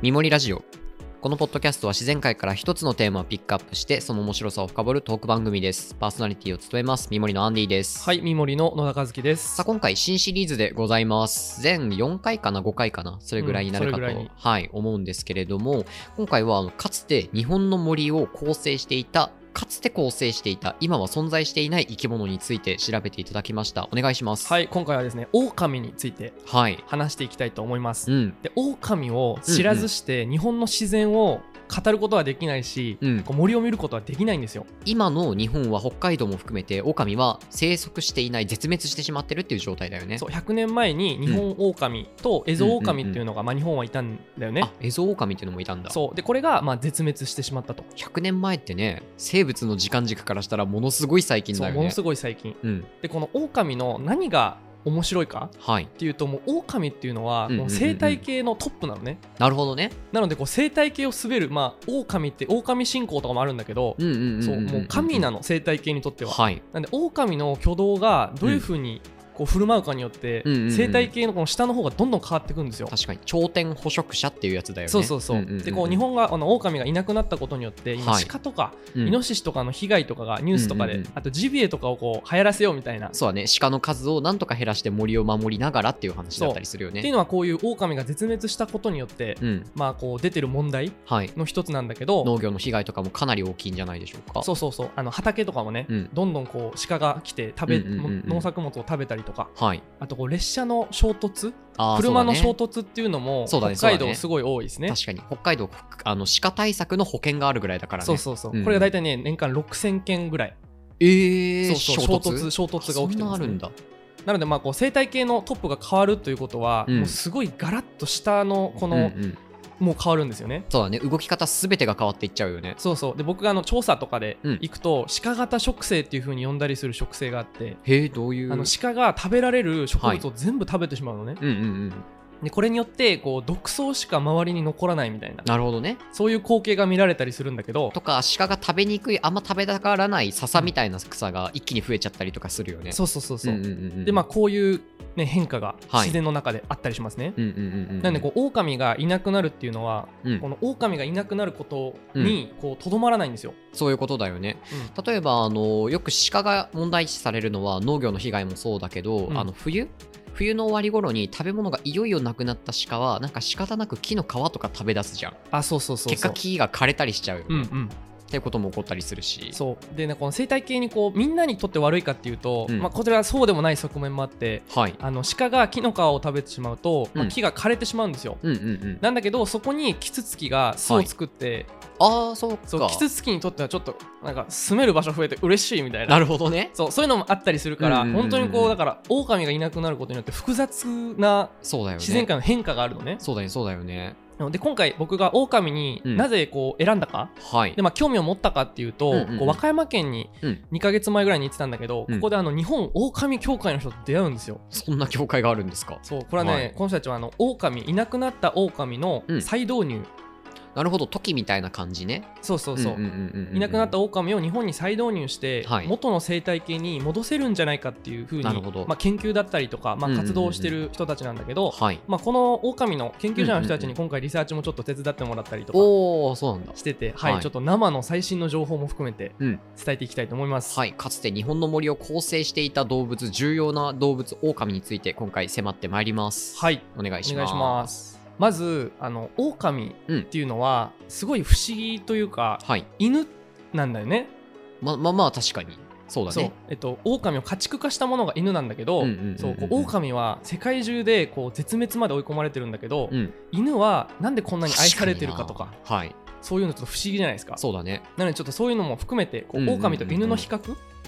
みもりラジオ。このポッドキャストは自然界から一つのテーマをピックアップして、その面白さを深掘るトーク番組です。パーソナリティを務めます、みもりのアンディです。はい、三森の野田和樹です。さあ今回新シリーズでございます全4回かな5回かなそれぐらいになるかと、うんそれぐらいにはい、思うんですけれども今回はあのかつて日本の森を構成していたかつて構成していた今は存在していない生き物について調べていただきましたお願いします、はいい、今回はですね、狼についてはい、話していきたいと思いますう。んで、狼を知らずして日本の自然を語ることはできないし、うんこう森を見ることはできないんですよ。今の日本は北海道も含めてオオカミは生息していない絶滅してしまってるっていう状態だよねそう、100年前に日本狼とエゾ狼っていうのが、まあ日本はいたんだよね。あエゾオオカミっていうのもいたんだそうでこれがまあ絶滅してしまったと、 100年前ってね生物の時間軸からしたらものすごい最近そだうよものねすごい最近うんでこの狼の何が面白いかはいっていうともう狼っていうのはうんうんうんもううん生態系のトップなのね、なるほどねなのでこう生態系を滑るまあ狼って狼信仰とかもあるんだけど、うんうんんんんんそうもう神なの生態系にとっては、はいなんで狼の挙動がどういうふうにこう振る舞うかによって、うんうんうん生態系のこの下の方がどんどん変わっていくんですよ。確かに頂点捕食者っていうやつだよねそうそうそう,、んんんでこう日本があの狼がいなくなったことによって今、はい鹿とかうんイノシシとかの被害とかがニュースとかで、うんうんうんあとジビエとかをこう流行らせようみたいな、っそうだね鹿の数をなんとか減らして森を守りながらっていう話だったりするよていねうのはこういう狼が絶滅したことによって、うんまあこう出てる問題はいの一つなんだけど、農業の被害とかもかなり大きいんじゃないでしょうかそうそうそうあの畑とかもね、うんどんどんこう鹿が来て食べ、うんうんうんうん農作物を食べたりとかはいあとこう列車の衝突あー車のそ衝うだね突っていうのもそうだね北海そうだ道ねすごい多いですね。確かに北海道あの鹿対策の保険があるぐらいだからねそうそうそう、うんこれが大体ね年間6000件ぐらい、ええそうそう衝突衝突が起きてそんなまあす、るね、んなだのでまあこう生態系のトップが変わるということは、うんもうすごいガラッと下のこの、うんうんもう変わるんですよねそうだね動き方すべてが変わっていっちゃうよねそうそうで僕があの調査とかでうん行くと、鹿型植生っていう風に呼んだりする植生があって、へえどういうあの鹿が食べられる植物を全部食べてしまうのね、うんうんうんでこれによってこう毒草しか周りに残らないみたいななるほどねそういう光景が見られたりするんだけどとか鹿が食べにくいあんま食べたがらない笹みたいな草が一気に増えちゃったりとかするよねそうそうそうそう、んんんんでまあこういう、ね、変化がはい自然の中であったりしますね、うんうんうんうんなんでこう狼がいなくなるっていうのは、うんこの狼がいなくなることにこうとどまらないんですよ、そういうことだよねうん例えばあのよく鹿が問題視されるのは農業の被害もそうだけど、うんあの冬冬の終わり頃に食べ物がいよいよなくなった鹿はなんか仕方なく木の皮とか食べ出すじゃんあそうそうそう結そ果う木が枯れたりしちゃうよね、うんっうん、ていうことも起こったりするしそうでねこの生態系にこうみんなにとって悪いかっていうと、うんまあ、こちらはそうでもない側面もあってはいあの鹿が木の皮を食べてしまうと、まうあ、ん木が枯れてしまうんですよ、うんうんうんなんだけどそこにキツツキが巣を作って、ああそうかそうキツツキにとってはちょっとなんか住める場所増えて嬉しいみたいななるほどねそうそういうのもあったりするから、うんうんうんうん本当にこうだから狼がいなくなることによって複雑なそうだよね自然界の変化があるのね。そうだよねそうだよねで今回僕が狼にうんなぜこう選んだか、はいでまあ、興味を持ったかっていうと、うんうんうんこう和歌山県にうん2ヶ月前ぐらいに行ってたんだけど、うんここであの日本狼協会の人と出会うんですよ。そんな教会があるんですかそうこれはね、はいこの人たちはあの狼いなくなった狼のうん再導入、なるほど時みたいな感じねそうそうそう。んんんうんうんいなくなった狼を日本に再導入して、はい元の生態系に戻せるんじゃないかっていうふうになるほどまあ、研究だったりとか、まうんあ、うんうん活動をしてる人たちなんだけど、はいまあ、この狼の研究者の人たうちんうんうんに今回リサーチもちょっと手伝ってもらったりとかおおそうなんだしてて、はいはいちょっと生の最新の情報も含めてうん伝えていきたいと思います。はい、かつて日本の森を構成していた動物重要な動物オオカミについて今回迫ってまいります、はい、お願いしまお願いすします。まずあの狼っていうのはすごい不思議というか、はい犬なんだよね。ままあまあ確かにそうだそうねえっと狼を家畜化したものが犬なんだけど、うんうんうんうんそうこう狼は世界中でこう絶滅まで追い込まれてるんだけど、うん犬はなんでこんなに愛されてるかとか確になはいそういうのちょっと不思議じゃないですか。そうだねなのでちょっとそういうのも含めてこううんうんうんうん狼と犬の比較、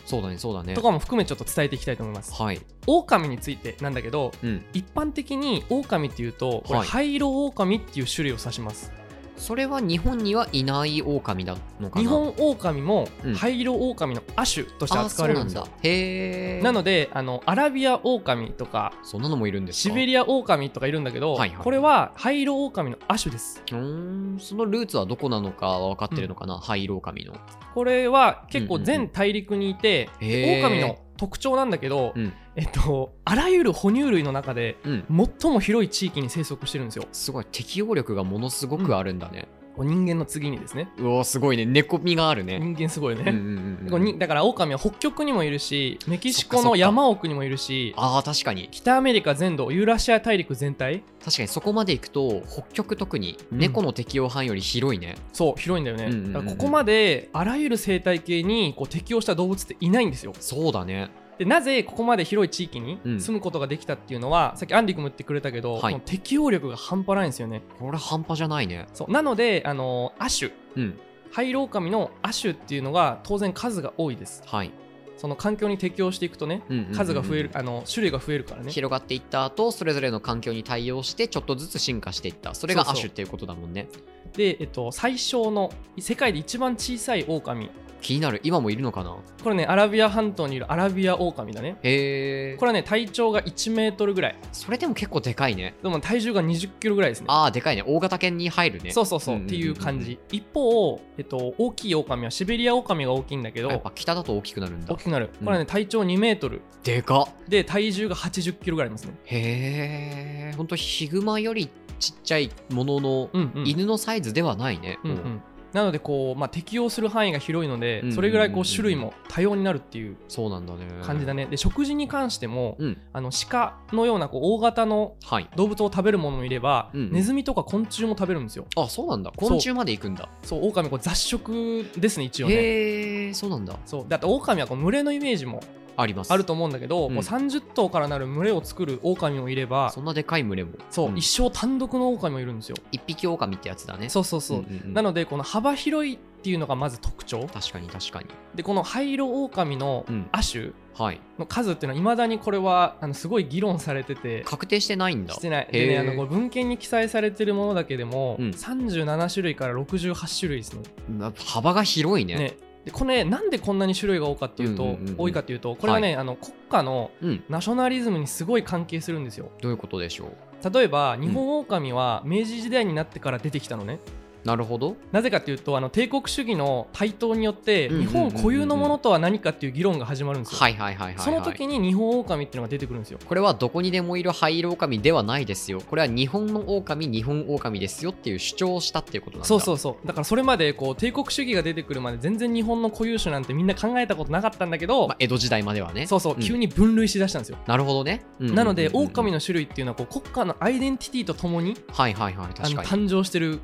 そうだねそうだねとかも含めちょっと伝えていきたいと思います。はい狼についてなんだけどうん一般的に狼っていうとこれはい灰色狼っていう種類を指します。それは日本にはいないオオカミなのかな日本狼もうん灰色狼の亜種としてあー扱そわうれるなんんですよだ。へえなのであのアラビア狼とかそんなのもいるんですシかベリア狼とかいるんだけど、はいはいこれは灰色狼の亜種です。うーんそのルーツはどこなのかは分かってるのかな、灰色狼の。これは結構全大陸にいて、へー狼の特徴なんだけど、うんえっと、あらゆる哺乳類の中でうん最も広い地域に生息してるんですよすごい適応力がものすごくあるんだね、こう人間の次にですねうおーすごいね猫みがあるね、人間すごいようんうんね、うんこううんにだからオオカミは北極にもいるしメキシそコっかそっのか山奥にもいるしああ確かに北アメリカ全土ユーラシア大陸全体確かにそこまで行くと北極特にうん猫の適応範囲より広いね、そう広いんだよね、うんうんうんだからここまであらゆる生態系にこう適応した動物っていないんですよそうだねでなぜここまで広い地域にうん住むことができたっていうのは、さっきアンディ君も言ってくれたけど、はいこの適応力が半端ないんですよねこれ半端じゃないねそうなのであの亜種うんハイロオカミの亜種っていうのが当然数が多いですはい、その環境に適応していくとねうんうんうんうん数が増える、あの種類が増えるからね広がっていった後それぞれの環境に対応してちょっとずつ進化していったそれがそう亜そう種っていうことだもんねで、えっと、最小の世界で一番小さいオオカミ気になる今もいるのかなこれねアラビア半島にいるアラビアオオカミだねへえこれはね体長が1メートルぐらいそれでも結構でかいねでも体重が2 0キロぐらいですねああでかいね大型犬に入るねそうそうそう,、うんうんうんっていう感じ一方、えっと、大きいオオカミはシベリアオオカミが大きいんだけやっどぱ北だと大きくなるんだ大きくなるうんこれはね体長2メートルでかっで体重が8 0キロぐらいありますねへえほんとヒグマよりちっちゃいもののうんうん犬のサイズではないね、うんうもうんなのでこう、まあ、適応する範囲が広いのうんで、うんうんそれぐらいこう種類も多様になるっていうそうなんだね感じだね、で食事に関しても、うんあの鹿のようなこう大型のはい動物を食べるものもいれば、うんうんネズミとか昆虫も食べるんですよあそうなんだ昆虫まで行くんだそうオオカミこう雑食ですね一応ねへえそうなんだそうだってオオカミはこう群れのイメージもありますあると思うんだけど、うんもう30頭からなる群れを作るオオカミもいればそんなでかい群れもそう、ん一生単独のオオカミもいるんですよ一匹狼ってやつだねそうそうそう、んんんなのでこの幅広いっていうのがまず特徴確かに確かにでこのハイロオオカミのうん亜種はいの数っていうのはいまだにこれはあのすごい議論されてて確定してないんだしてないへでえねあのこれ文献に記載されてるものだけでも、うん37種類から68種類ですねな幅が広いねねでこれなんでこんなに種類が多かっていうと、うんうんうんうん多いかっていうとこれはね、あの国家のうんナショナリズムにすごい関係するんですよどういうことでしょう例えば日本オオカミは明治時代になってから出てきたのね、なるほどなぜかっていうとあの帝国主義の台頭によってうんうんうん日うん本固有のものとは何かっていう議論が始まるんですよ、はいはいはいはい、はい、その時に日本オオカミっていうのが出てくるんですよこれはどこにでもいる灰色狼ではないですよこれは日本の狼日本狼ですよっていう主張をしたっていうことなんだそうそううそうだからそれまでこう帝国主義が出てくるまで全然日本の固有種なんてみんな考えたことなかったんだけど、まあ、江戸時代まではねそうそう、ん急に分類しだしたんですよなるほどね、うんうんうんうんなので、狼の種類っていうのはこう国家のアイデンティティとともにはいはいはいあ確のかに誕生してる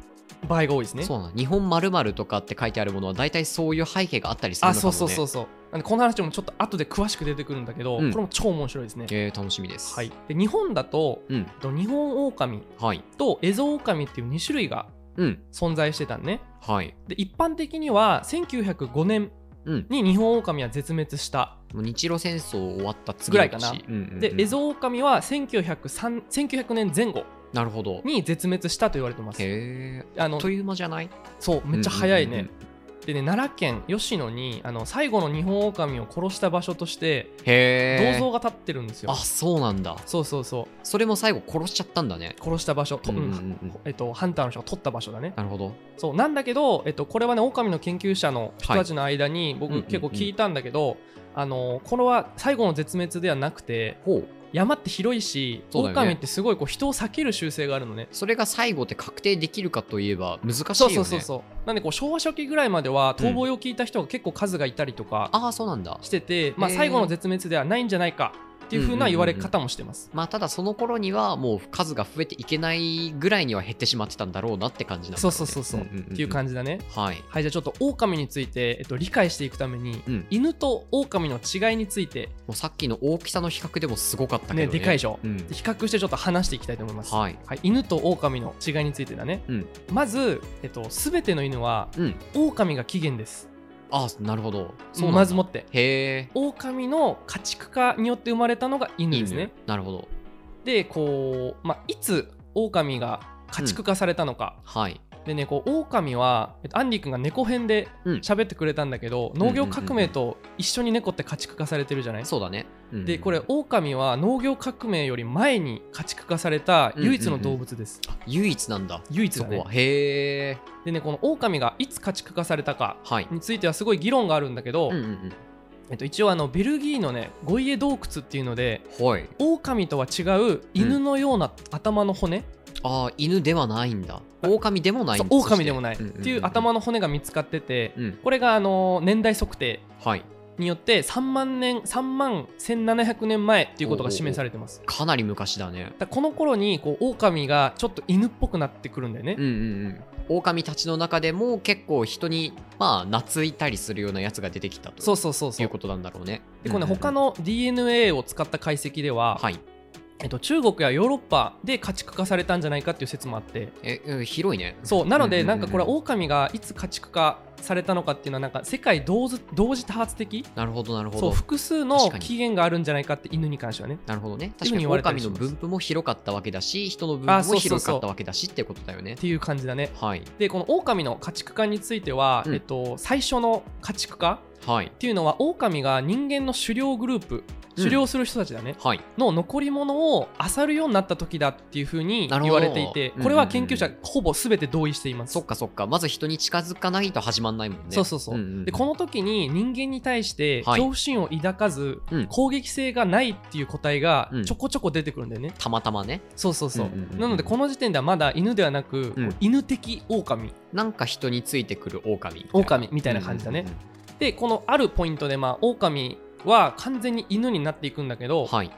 場合が多いですね。そうなんだ日本まるとかって書いてあるものは大体そういう背景があったりするのあかも、そうね、そうそうそう。なんでこの話もちょっと後で詳しく出てくるんだけど、うんこれも超面白いですね。えー楽しみですはい、で日本だとうんえっと日本オオカミはいとエゾオオカミっていう2種類がうん存在してたんね。はいで一般的には1905年うんに日本オオカミは絶滅した。もう日露戦争終わった次ぐらいかなのうちうんうんうんで、エゾオオカミは1903 1900年前後なるほどに絶滅したと言われてます。へえああのっという間じゃないそうめっちゃ早いね。うんうんうんでね奈良県吉野にあの最後の日本オオカミを殺した場所としてへえ銅像が立ってるんですよ、あそうなんだそうそうそそれも最後殺しちゃったんだねう殺した場所と、うんうんうんうんえっと、ハンターの人が取った場所だねなるほどそうなんだけど、えっと、これはねオオカミの研究者の人たちの間に、うんうん僕結構聞いたんだけど、あのこれは最後の絶滅ではなくてほう山って広いしそうオだよオねカミってすごいこう人を避ける習性があるのねそれが最後って確定できるかといえば難しいよねそうそうそうそうなんでこう昭和初期ぐらいまでは逃亡を聞いた人が結構数がいたりとか、ああそうなんだしてて、まあ、へー最後の絶滅ではないんじゃないかっていう風な言われ方もしてます。まあただその頃にはもう数が増えていけないぐらいには減ってしまってたんだろうなって感じなんだろそうねそうそうそう。っていうじ感じだね。はいはいじゃあちょっとオオカミについて、えっと、理解していくために、うん犬とオオカミの違いについて、もうさっきの大きさの比較でもすごかったけどねね、でかいでしょ、うんで比較してちょっと話していきたいと思います。はいはい犬とオオカミの違いについてだね、うんまず、えっと、全ての犬はうんオオカミが起源ですああなるほどもうなんだまずもってへえオオカミの家畜化によって生まれたのが犬ですねなるほどでこう、まあ、いつオオカミが家畜化されたのか、はいでねこうオオカミはえっとアンディ君が猫編でうん喋ってくれたんだけど、農業革命と一緒に猫って家畜化されてるじゃない、そうだね、うんでこれオオカミは農業革命より前に家畜化された唯一の動物です、唯一なんだ唯一そだこねはへえでねこのオオカミがいつ家畜化されたかはいについてはすごい議論があるんだけど、うんうんうんえっと、一応あのベルギーのねゴイエ洞窟っていうのではい狼とは違う犬のような頭の骨、ああ犬ではないんだ狼でもないそうオ狼でもないっていう頭の骨が見つかってて、うんこれがあの年代測定はいによって3万年3万1700年前っていうことが示されてますかなり昔だねだからこの頃にこう狼がちょっと犬っぽくなってくるんだよねうん、うんうん狼たちの中でも結構人にまあ懐いたりするようなやつが出てきたとそうそうそうそいううことなんだろうねでうこれ、ね、んうんうん他の DNA を使った解析では、はいえっと、中国やヨーロッパで家畜化されたんじゃないかっていう説もあってえうん広いねそうなのうんでうんうなんんかこれは狼がいつ家畜化されたのかっていうのはなんか世界同時同時多発的なるほどなるほそうど複数確のかに起源があるんじゃないかって犬に関してはねなるほどねいう確ふうかにに言われたり狼しのます分布も広かったわけだし人の分あ布そうもそうそう広かったわけだしってことだよねっていう感じだねはいでこの狼の家畜化については、うんえっと、最初の家畜化はいっていうのは狼が人間の狩猟グループうん狩猟する人たちだね、はいの残り物を漁るようになった時だっていうふうになる言ほどわれていてうんこれは研究う者んうんほぼ全て同意しています、そっかそっかまず人に近づかないと始まんないもんねそうそうそう、んんんでこの時に人間に対してはい恐怖心を抱かず、うん攻撃性がないっていう個体がうんちょこちょこ出てくるんだよね、たまたまねそうそうそう,、うんうんうんうんなのでこの時点ではまだ犬ではなく、うんこう犬的狼なんか人についてくる狼みたいな狼みたいな感じだね、うんうんでこのあるポイントでまあ狼は完全に犬になっていくんだけうどん、はい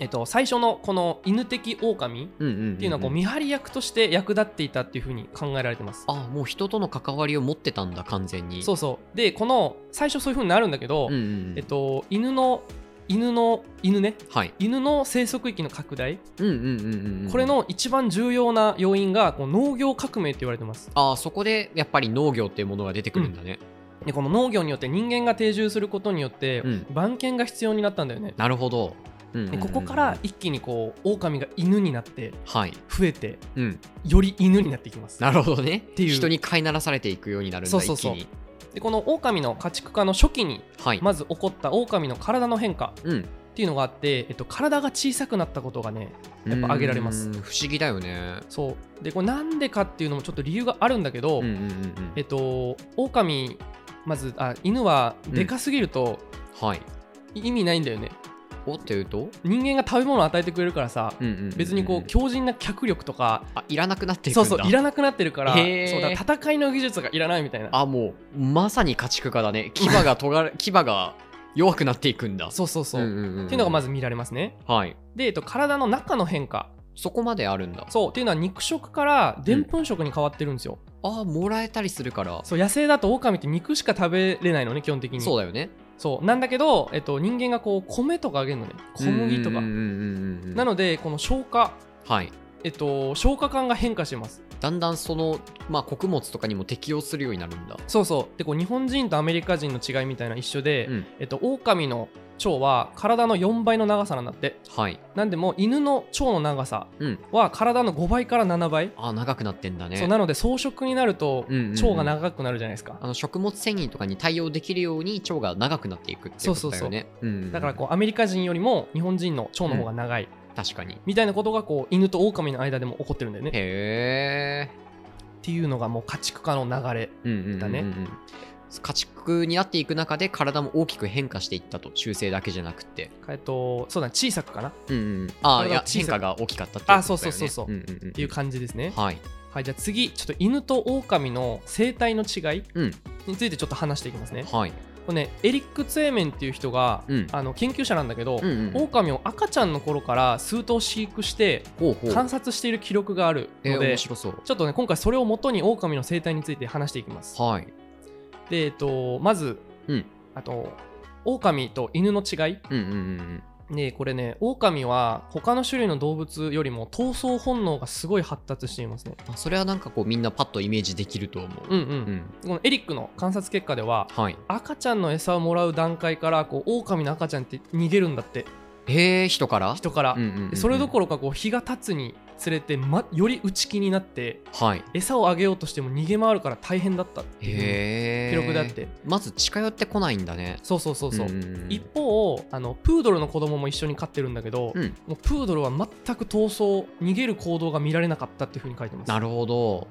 えっと、最初のこの犬的狼っうんうんんんていうのはこう見張り役として役立っていたっていうふうに考えられてます。あもう人との関わりを持ってたんだ完全にそううそうでこの最初そういうふうになるんだけど、んうんうんえっと、犬の犬の犬ねはい犬の生息域の拡大、うんうんうんうんうんこれの一番重要な要因がこう農業革命って言われてますあそこでやっぱり農業っていうものが出てくるんだね、でこの農業によって人間が定住することによってうん番犬が必要になったんだよね、なるほど、うんうんうんでここから一気にこう狼が犬になってはい、増えてうん、より犬になっていきますなるほどねていう人に飼いならされていくようになるんだそうそうそう一気にでこの狼の家畜化の初期にはい、まず起こった狼の体の変化うんっていうのがあって、えっと、体が小さくなったことがねやっぱ挙げられますうーん不思議だよねそうでこれなんでかっていうのもちょっと理由があるんだけど、うんうんうんうんえっと狼まずあ犬はでかすぎるとはい意味ないんだよね、おっていうと、人間が食べ物を与えてくれるからさ、うんうんうんうん別にこう強靭な脚力とか、あいらなくなっていくんだそうそういらなくなってるからへーそうだから戦いの技術がいらないみたいなあもうまさに家畜化だ ね牙が尖る牙が弱くなっていくんだそうそうそう、んんんんっていうのがまず見られますねはいで、えっと、体の中の変化そこまであるんだそうっていうのは肉食からでんぷん食に変わってるんですよ、ああもらえたりするからそう野生だとオオカミって肉しか食べれないのね基本的にそううだよねそうなんだけど、えっと、人間がこう米とかあげるのね小麦とかうんうんうんうんうんなのでこの消化はいえっと消化管が変化してますだんだんその、まあ、穀物とかにも適応するようになるんだそうそうでこう日本人とアメリカ人の違いみたいな一緒で、うんえっとオオカミの腸は体の4倍の長さなんだってはいなんでもう犬の腸の長さうんは体の5倍から7倍、あー長くなってんだねそうなので草食になるとうんうんうん腸が長くなるじゃないですか、あの食物繊維とかに対応できるように腸が長くなっていくっていうことだよねうんうんだからこうアメリカ人よりも日本人の腸の方が長い、確かにみたいなことがこう犬と狼の間でも起こってるんだよね。へえっていうのがもう家畜化の流れ。うんうんうんうんだね家畜になっていく中で体も大きく変化していったと修正だけじゃなくて、えっと、そうだ、小さくかなっうんうん、ああ体いや小変さく化が大きかったっていうことだよ、ね、あそうそうそうそううんうんうん、っていう感じですね。はいはい、じゃあ次、ちょっと犬と狼の生態の違いうんについてちょっと話していきますね。はいこれね、エリック・ツェーメンっていう人が、うんあの研究者なんだけど、うんうん狼を赤ちゃんの頃から数頭飼育してほうほう観察している記録があるえのー、で、面白そうちょっとね、今回それをもとに狼の生態について話していきます。はいで、えっと、まず、うんあと、狼と犬の違い。うんうんうんうんでこれねオオカミは他の種類の動物よりも闘争本能がすごい発達していますねあそれはなんかこうみんなパッとイメージできると思うう、んうん、うん、このエリックの観察結果でははい赤ちゃんの餌をもらう段階からこうオオカミの赤ちゃんって逃げるんだってへえ人から人から、うんうんうんうんでそれどころかこう日が経つにつれて、ま、より内気になってはい餌をあげようとしても逃げ回るから大変だったっていうへえ記録であってまず近寄ってこないんだねそうそうそうそう、んんん一方あのプードルの子供も一緒に飼ってるんだけど、うんもうプードルは全く闘争逃げる行動が見られなかったっていうふうに書いてますなるほど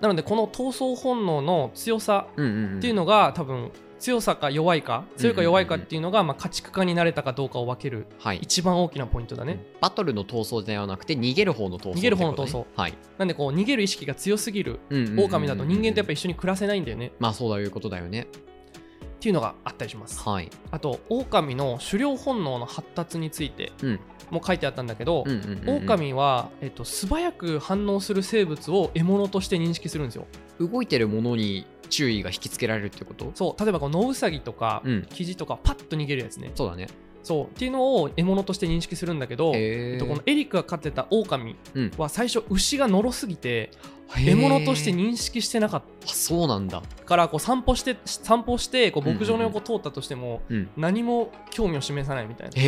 なのでこの闘争本能の強さうんうんうん、っていうのが多分強さか弱いか強いか弱いかっていうのが、まあ、家畜化になれたかどうかを分けるはい、一番大きなポイントだね。バトルの闘争ではなくて逃げる方の闘争逃げる方のってことねはい、なんでこう逃げる意識が強すぎるうんうんうんうん狼だと人間とやっぱ一緒に暮らせないんだよねまあそうだいうことだよねっていうのがあったりします。はいあと狼の狩猟本能の発達についてうんも書いてあったんだけど、うんうんうんうん狼は、えっと、素早く反応する生物を獲物として認識するんですよ。動いてるものに注意が引きつけられるってことそう例えばこうノウサギとか、うんキジとかパッと逃げるやつねそうだねそうっていうのを獲物として認識するんだけど、えへっえと、このエリックが飼ってた狼うんは最初牛がのろすぎてへー獲物として認識してなかっあそうなんだたからこう散歩して散歩してこううんうんうん牧場の横通ったとしてもうん何も興味を示さないみたいな。へ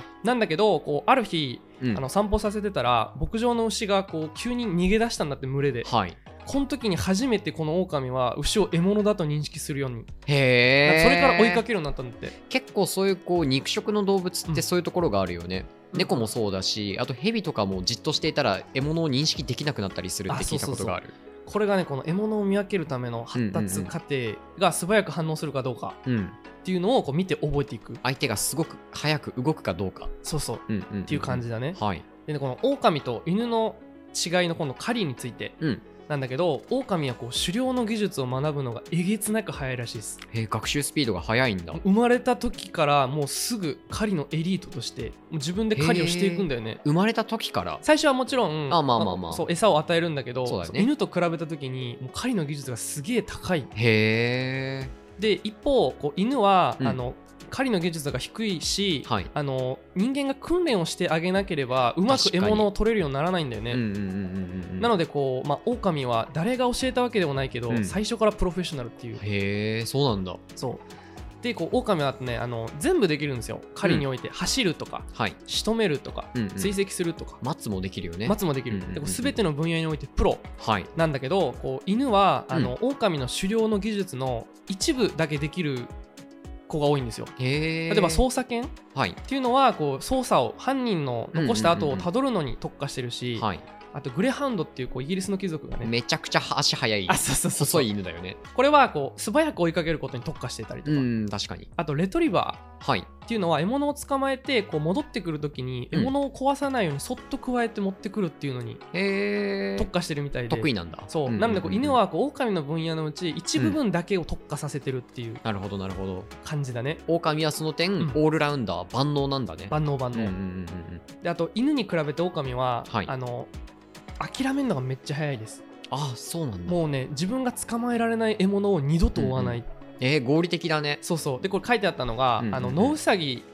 え、なんだけどこうある日うんあの散歩させてたら牧場の牛がこう急に逃げ出したんだって群れではいこの時に初めてこの狼は牛を獲物だと認識するようにへなんえかそれから追いかけるようになったんだって結構そういうこう肉食の動物っうんてそういうところがあるよね、うん猫もそうだしあとヘビとかもじっとしていたら獲物を認識できなくなったりするって聞いたことがあるこれがねこの獲物を見分けるための発達過程が素早く反応するかどうかうんっていうのをこう見て覚えていく相手がすごく早く動くかどうか、そうそうっうんうんんんていう感じだねはいでねこの狼と犬の違いの今度狩りについてうんなんだけど狼はこう狩猟の技術を学ぶのがえげつなく早いらしいですへえ学習スピードが速いんだ生まれた時からもうすぐ狩りのエリートとしてもう自分で狩りをしていくんだよね生まれた時から最初はもちろんあまあまあまあそう餌を与えるんだけどそうだよねそう犬と比べた時にもう狩りの技術がすげえ高いへえで一方こう犬は、うんあの狩りの技術が低いし、はいあの人間が獲練をしてあげなければうま確くかに獲物を取れるようにならないんだよね、うんうんうんうんうんうんなのでこう、まあ、狼は誰が教えたわけでもないけど、うん最初からプロフェッショナルっていう、へえそうなんだそうでこう狼はねあの全部できるんですよ狩りにおいて、走るとかはい、仕留めるとか、うんうん、追跡するとか、松もできるよね待つもできる、うんうんうんでこう全ての分野においてプロはいなんだけどこう犬はうんあの、狼の狩猟の技術の一部だけできる子が多いんですよへえ例えば捜査犬っはいていうのはこう捜査を犯人の残した後うんうんをうんうんたどるのに特化してるし、はいあとグレハウンドっていうこうイギリスの貴族がねめちゃくちゃ足速いあそうそうそう細い犬だよねこれはこう素早く追いかけることに特化してたりとうか、ん確かにあとレトリバはいーっていうのは獲物を捕まえてこう戻ってくる時にうん獲物を壊さないようにそっと加えて持ってくるっていうのにへえ特化してるみたいで、得意なんだそう、んんんなのでこう犬はこう狼の分野のうち一部分だけを特化させてるっていうなるほどなるほど感じだね狼はその点、うんオールラウンダー万能なんだね万能万うん能、うんうんうんであと犬に比べて狼は、はいあの諦めるのがめっちゃ早いですあそうなんだもうね自分が捕まえられない獲物を二度と追わない、えー、合理的だねそうそうでこれ書いてあったのが、うんうんうんあのノウサギ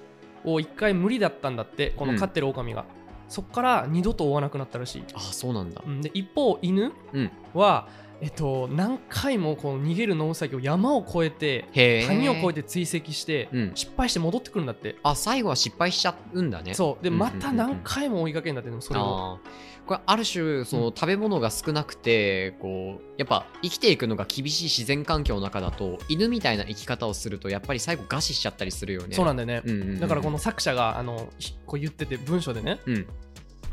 を一回無理だったんだってこの飼ってる狼が、そっから二度と追わなくなったらしい、あそうなんだうんで一方犬うんは、えっと、何回もこの逃げるノウサギを山を越えてへえ谷を越えてて追跡して、うん失敗して戻ってくるんだって、あ最後は失敗しちゃうんだねそうでうんうんうんまうんた何回も追いかけるんだってでもそれをあーこれある種そのう食べ物が少なくて、こうやっぱ生きていくのが厳しい自然環境の中だと犬みたいな生き方をするとやっぱり最後餓死しちゃったりするよねそうなんだよね、うんうんうんだからこの作者があのひこう言ってて文章でねうん、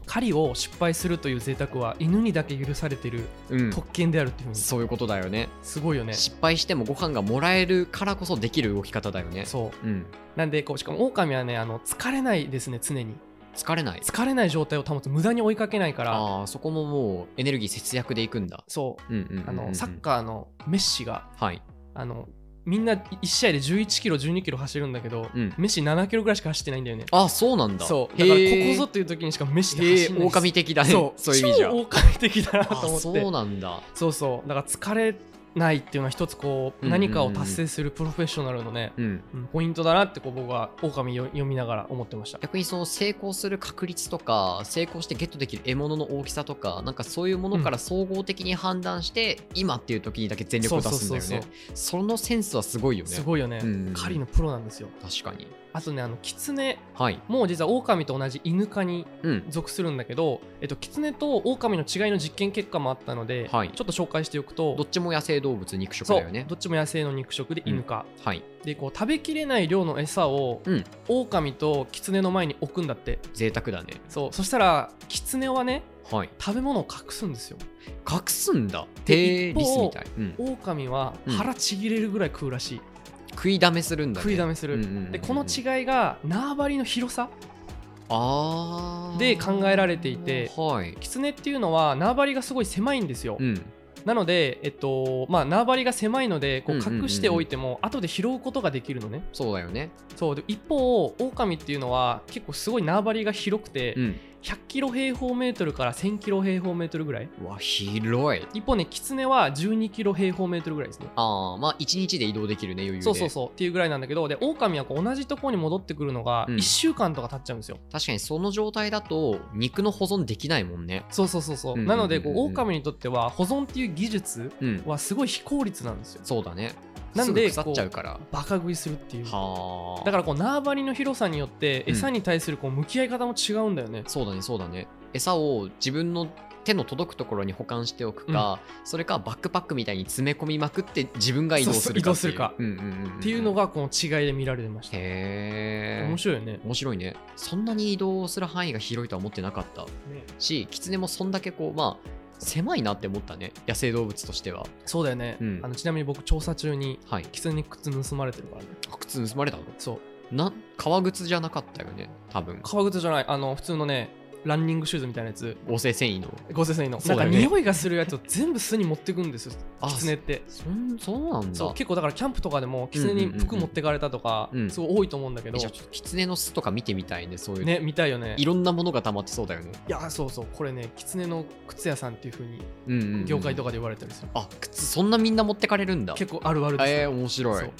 狩りを失敗するという贅沢は犬にだけ許されてるうん、特権であるっていうふうにそういうことだよねすごいよね失敗してもご飯がもらえるからこそできる動き方だよねそうう、ん、なんでこうしかも狼はねあの疲れないですね常に疲れない疲れない状態を保つ無駄に追いかけないからあーそこももうエネルギー節約でいくんだそううんうんうんうんあのサッカーのメッシがはいあのみんな1試合で11キロ12キロ走るんだけど、うんメッシ7キロぐらいしか走ってないんだよねあそうなんだそうだへからこーこぞという時にしかメッシでへ走えんないんです狼的だねそそうういう意味じゃ超狼的だなと思あってそうなんだそうそうだから疲れないっていうのは一つこううんうんうん何かを達成するプロフェッショナルのね、うんうんポイントだなってこう僕は狼よ読みながら思ってました逆にその成功する確率とか成功してゲットできる獲物の大きさとかなんかそういうものから総合的に判断して、今っていう時にだけ全力を出すんだよねそのセンスはすごいよねすごいよね、うんうんうん狩りのプロなんですよ確かにあとねあのキツネはい。も実はオオカミと同じ犬科にうん。属するんだけど、えっと、キツネとオオカミの違いの実験結果もあったので、はいちょっと紹介しておくとどっちも野生動物肉食そだようね。どっちも野生の肉食で犬科、はい。でこう食べきれない量の餌をうんオオカミとキツネの前に置くんだって贅沢だね。そうそしたらキツネはねはい。食べ物を隠すんですよ隠すんだ。で低一リス方みたい。うん。オオカミは腹ちぎれるぐらい食うらしい、食いだめするんだね。食いだめする、うんうんうんうんでこの違いが縄張りの広さあーで考えられていてはい。キツネっていうのは縄張りがすごい狭いんですよ、うん。なので、えっとまあ、縄張りが狭いのでこううんうんうんうん隠しておいても後で拾うことができるのね、そうだよね。そうで一方オオカミっていうのは結構すごい縄張りが広くて、うん。 100キロ平方メートルから1000キロ平方メートルぐらいうわ、広い。一方ねキツネは12キロ平方メートルぐらいですねああ、まあ1日で移動できるね、余裕で。そうそうそうっていうぐらいなんだけどでオオカミはこう同じところに戻ってくるのがうん1週間とか経っちゃうんですよ、確かにその状態だと肉の保存できないもんね。そうそうそうそう,、うんうんうんなのでこうオオカミにとっては保存っていう技術うん。はすごい非効率なんですよそうだね。なんですぐ腐っちゃうから。バカ食いするっていうはあ。だからこう縄張りの広さによってうん餌に対するこう向き合い方も違うんだよね、そうだねそうだね餌を自分の手の届くところに保管しておくか、それかバックパックみたいに詰め込みまくって自分が移動するかってそいうそう移動すうるかうんうんんんっていうのがこの違いで見られてました、へえ面白いよね面白いねそんなに移動する範囲が広いとは思ってなかったしキツネもそんだけこうまあ狭いなって思ったね野生動物としてはそうだよね、うんあのちなみに僕調査中にはいキツネに靴盗まれてるからね靴盗まれたのそうな革靴じゃなかったよね多分革靴じゃないあの普通のねランニングシューズみたいなやつ合成繊維の合成繊維の、そなうんだかよね匂いがするやつを全部巣に持ってくんですよあキツネってそんそうなんだそう結構だからキャンプとかでもキツネに服持ってかれたとか、うんうんうんうんすごい多いと思うんだけどえじゃあちょっとキツネの巣とか見てみたいねそういうね見たいよねいろんなものが溜まってそうだよね。いやそうそうこれねキツネの靴屋さんっていう風にうんうんうん業界とかで言われたりする、あ靴そんなみんな持ってかれるんだ。結構あるあるですよえー、面白いそう。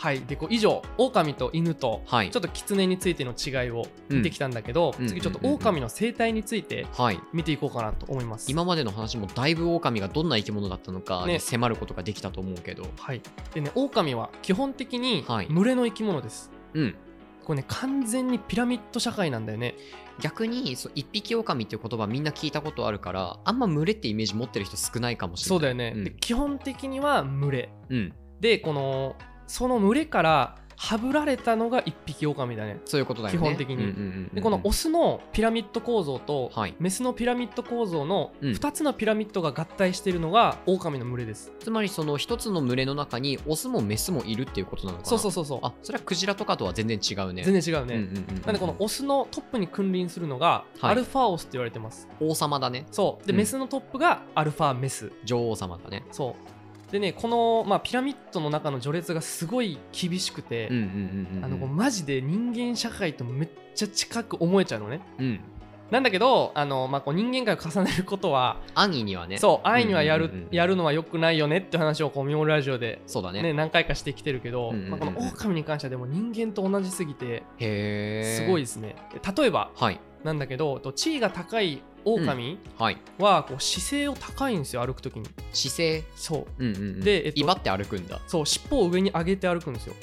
はいでこう以上オオカミと犬とはいちょっとキツネについての違いを見てきたんだけど、うん次ちょっとうんうんうんオオカミの生態についてはい。見ていこうかなと思います今までの話もだいぶ狼がどんな生き物だったのかにね迫ることができたと思うけど、はいでねオオカミは基本的にはい群れの生き物です、うん、これね完全にピラミッド社会なんだよね逆にそう一匹狼っていう言葉みんな聞いたことあるからあんま群れってイメージ持ってる人少ないかもしれそなうい。だよね、うんで基本的には群れうん、でこのその群れからはぶられたのが一匹オオカミだねそういうことだよね。基本的にうんうんうんうんうんでこのオスのピラミッド構造とはいメスのピラミッド構造のうん2つのピラミッドが合体しているのがオオカミの群れです、つまりその一つの群れの中にオスもメスもいるっていうことなのかなそうそううそうそうあそれはクジラとかとは全然違うね。全然違うね、うんうんうんうんなんでこのオスのトップに君臨するのがはいアルファオスって言われてます、王様だねそうで、うんメスのトップがアルファメス女王様だね。そうでねこの、まあ、ピラミッドの中の序列がすごい厳しくて、うんうんうんうんうんあのこうマジで人間社会とめっちゃ近く思えちゃうのねうん、なんだけどあの、まあ、こう人間界を重ねることは、安易にはねそう愛にはやる,、うんうんうんやるのは良くないよねって話をこうミモルラジオで、そうだねね何回かしてきてるけど、うんうんうんまあ、このオオカミに関してはでも人間と同じすぎてへえすごいですね、で例えばはいなんだけどと地位が高いオオカミはいはこう姿勢を高いんですよ歩くときに姿勢、そううんうんうん、でえっと威張って歩くんだそう尻尾を上に上げて歩くんですよへ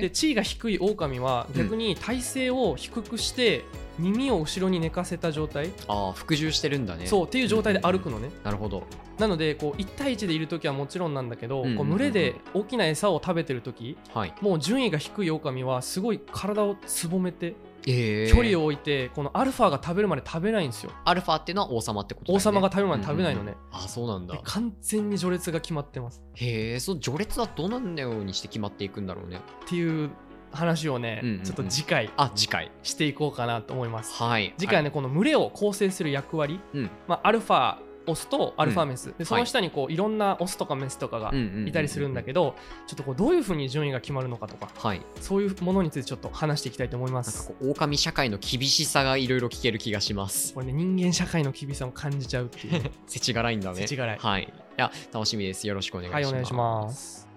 でえ地位が低いオオカミは逆に体勢を低くして耳を後ろに寝かせた状態、ああ服従してるんだねそうっていう状態で歩くのね、なるほどなのでこう1対1でいる時はもちろんなんだけど、うんうんうんこう群れで大きな餌を食べてる時はいもう順位が低いオオカミはすごい体をすぼめてへえ距離をを置いてこのアルファが食べるまで食べないんですよアルファっていうのは王様ってことだよね、王様が食べるまで食べないのね、うんうんうんあそうなんだで完全に序列が決まってますへえその序列はどのようにして決まっていくんだろうねっていう話をね、うんうんうんちょっと次回あ次回していこうかなと思いますはい次回はね、この群れを構成する役割、うんまあ、アルファオスとアルファメス、でそはのい下にこういろんなオスとかメスとかがはいうんうんうんうんいたりするんだけど、ちょっとこうどういうふうに順位が決まるのかとかはいそういうものについてちょっと話していきたいと思いまなんかすこう狼社会の厳しさがいろいろ聞ける気がしますこれね人間社会の厳しさを 感じちゃうっていう世知辛いんだね世知辛いはいいや楽しみですよろしくお願いしはまいすお願いします